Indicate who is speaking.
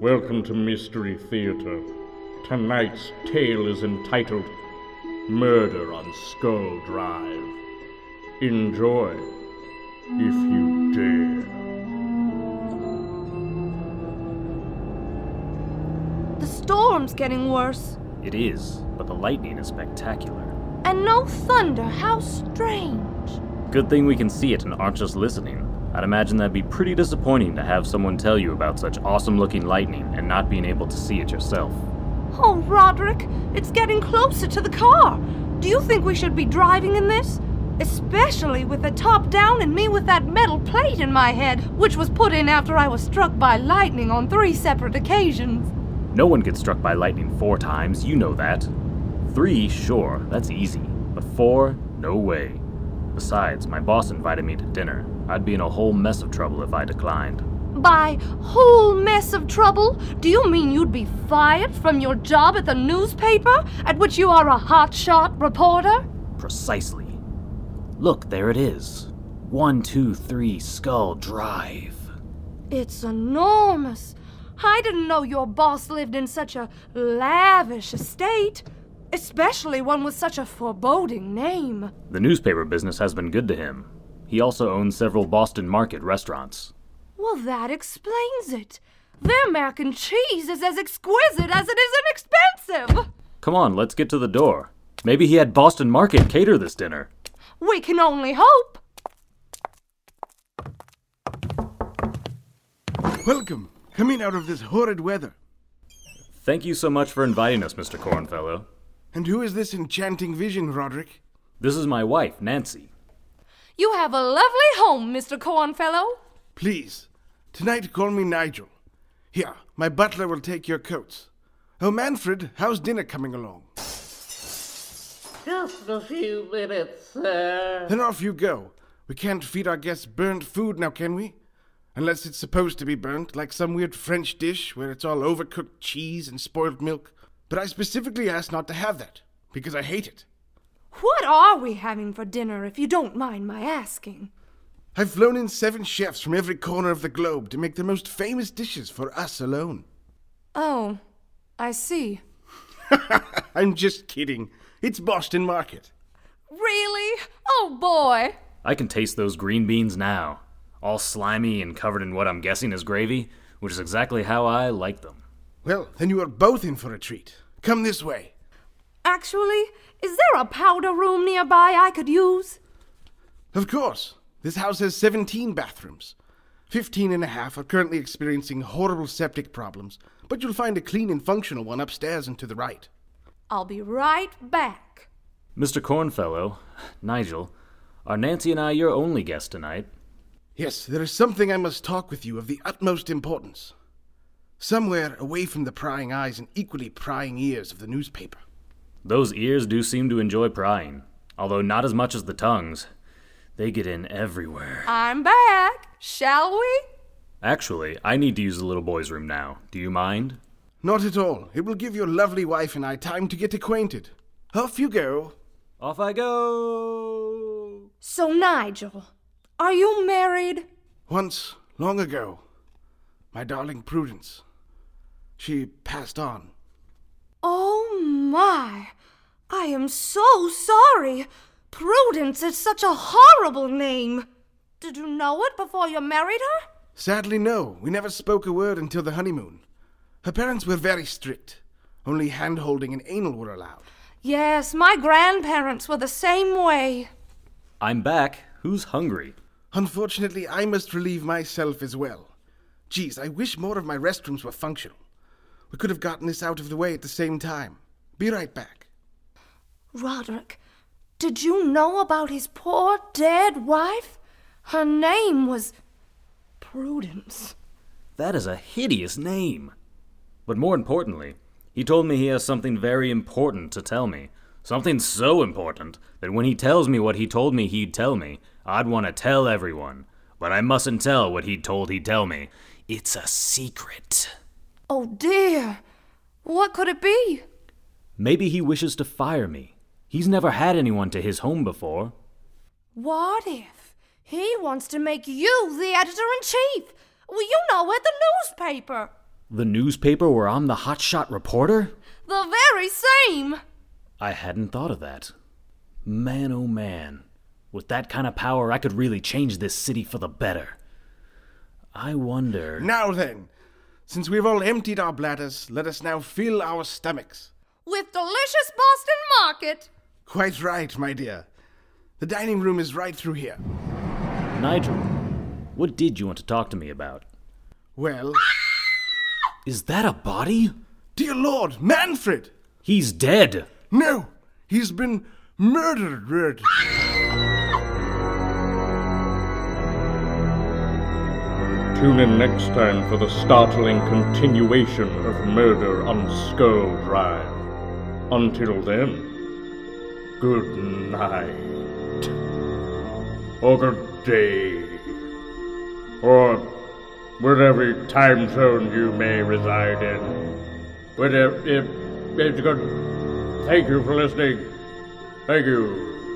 Speaker 1: Welcome to Mystery Theater. Tonight's tale is entitled Murder on Skull Drive. Enjoy, if you dare.
Speaker 2: The storm's getting worse.
Speaker 3: It is, but the lightning is spectacular.
Speaker 2: And no thunder. How strange.
Speaker 3: Good thing we can see it and aren't just listening. I'd imagine that'd be pretty disappointing to have someone tell you about such awesome looking lightning and not being able to see it yourself.
Speaker 2: Oh, Roderick, it's getting closer to the car. Do you think we should be driving in this? Especially with the top down and me with that metal plate in my head, which was put in after I was struck by lightning on three separate occasions.
Speaker 3: No one gets struck by lightning four times, you know that. Three, sure, that's easy. But four, no way. Besides, my boss invited me to dinner. I'd be in a whole mess of trouble if I declined.
Speaker 2: By whole mess of trouble, do you mean you'd be fired from your job at the newspaper, at which you are a hotshot reporter?
Speaker 3: Precisely. Look, there it is. One, two, three, Skull Drive.
Speaker 2: It's enormous. I didn't know your boss lived in such a lavish estate, especially one with such a foreboding name.
Speaker 3: The newspaper business has been good to him. He also owns several Boston market restaurants.
Speaker 2: Well, that explains it. Their mac and cheese is as exquisite as it is inexpensive.
Speaker 3: Come on, let's get to the door. Maybe he had Boston Market cater this dinner.
Speaker 2: We can only hope.
Speaker 4: Welcome. Come in out of this horrid weather.
Speaker 3: Thank you so much for inviting us, Mr. Cornfellow.
Speaker 4: And who is this enchanting vision, Roderick?
Speaker 3: This is my wife, Nancy.
Speaker 2: You have a lovely home, Mr. Cornfellow.
Speaker 4: Please, tonight call me Nigel. Here, my butler will take your coats. Oh, Manfred, how's dinner coming along?
Speaker 5: Just a few minutes, sir.
Speaker 4: Then off you go. We can't feed our guests burnt food now, can we? Unless it's supposed to be burnt, like some weird French dish where it's all overcooked cheese and spoiled milk. But I specifically asked not to have that, because I hate it.
Speaker 2: What are we having for dinner, if you don't mind my asking?
Speaker 4: I've flown in seven chefs from every corner of the globe to make the most famous dishes for us alone.
Speaker 2: Oh, I see.
Speaker 4: I'm just kidding. It's Boston Market.
Speaker 2: Really? Oh boy!
Speaker 3: I can taste those green beans now, all slimy and covered in what I'm guessing is gravy, which is exactly how I like them.
Speaker 4: Well, then you are both in for a treat. Come this way.
Speaker 2: Actually, is there a powder room nearby I could use?
Speaker 4: Of course, this house has 17 bathrooms. Fifteen and a half are currently experiencing horrible septic problems, but you'll find a clean and functional one upstairs and to the right.
Speaker 2: I'll be right back.
Speaker 3: Mr. Cornfellow, Nigel, are Nancy and I your only guest tonight?
Speaker 4: Yes, there is something I must talk with you of the utmost importance. Somewhere away from the prying eyes and equally prying ears of the newspaper.
Speaker 3: Those ears do seem to enjoy prying, although not as much as the tongues. They get in everywhere.
Speaker 2: I'm back. Shall we?
Speaker 3: Actually, I need to use the little boy's room now. Do you mind?
Speaker 4: Not at all. It will give your lovely wife and I time to get acquainted. Off you go.
Speaker 3: Off I go!
Speaker 2: So, Nigel, are you married?
Speaker 4: Once, long ago, my darling Prudence. She passed on.
Speaker 2: Oh my! I am so sorry! Prudence is such a horrible name! Did you know it before you married her?
Speaker 4: Sadly, no. We never spoke a word until the honeymoon. Her parents were very strict. Only hand holding and anal were allowed.
Speaker 2: Yes, my grandparents were the same way.
Speaker 3: I'm back. Who's hungry?
Speaker 4: Unfortunately, I must relieve myself as well. Geez, I wish more of my restrooms were functional. We could have gotten this out of the way at the same time. Be right back.
Speaker 2: Roderick, did you know about his poor dead wife? Her name was. Prudence.
Speaker 3: That is a hideous name. But more importantly, he told me he has something very important to tell me. Something so important that when he tells me what he told me he'd tell me, I'd want to tell everyone. But I mustn't tell what he'd told he'd tell me. It's a secret.
Speaker 2: Oh dear! What could it be?
Speaker 3: Maybe he wishes to fire me. He's never had anyone to his home before.
Speaker 2: What if he wants to make you the editor in chief? Well, you know, at the newspaper.
Speaker 3: The newspaper where I'm the hotshot reporter?
Speaker 2: The very same!
Speaker 3: I hadn't thought of that. Man, oh man. With that kind of power, I could really change this city for the better. I wonder.
Speaker 4: Now then, since we've all emptied our bladders, let us now fill our stomachs.
Speaker 2: With delicious Boston Market!
Speaker 4: Quite right, my dear. The dining room is right through here.
Speaker 3: Nigel, what did you want to talk to me about?
Speaker 4: Well,
Speaker 3: Is that a body?
Speaker 4: dear Lord, Manfred!
Speaker 3: He's dead!
Speaker 4: No! He's been murdered!
Speaker 1: Tune in next time for the startling continuation of Murder on Skull Drive. Until then, good night. Or good day. Or whatever time zone you may reside in. Whatever, it, it's good. Thank you for listening. Thank you.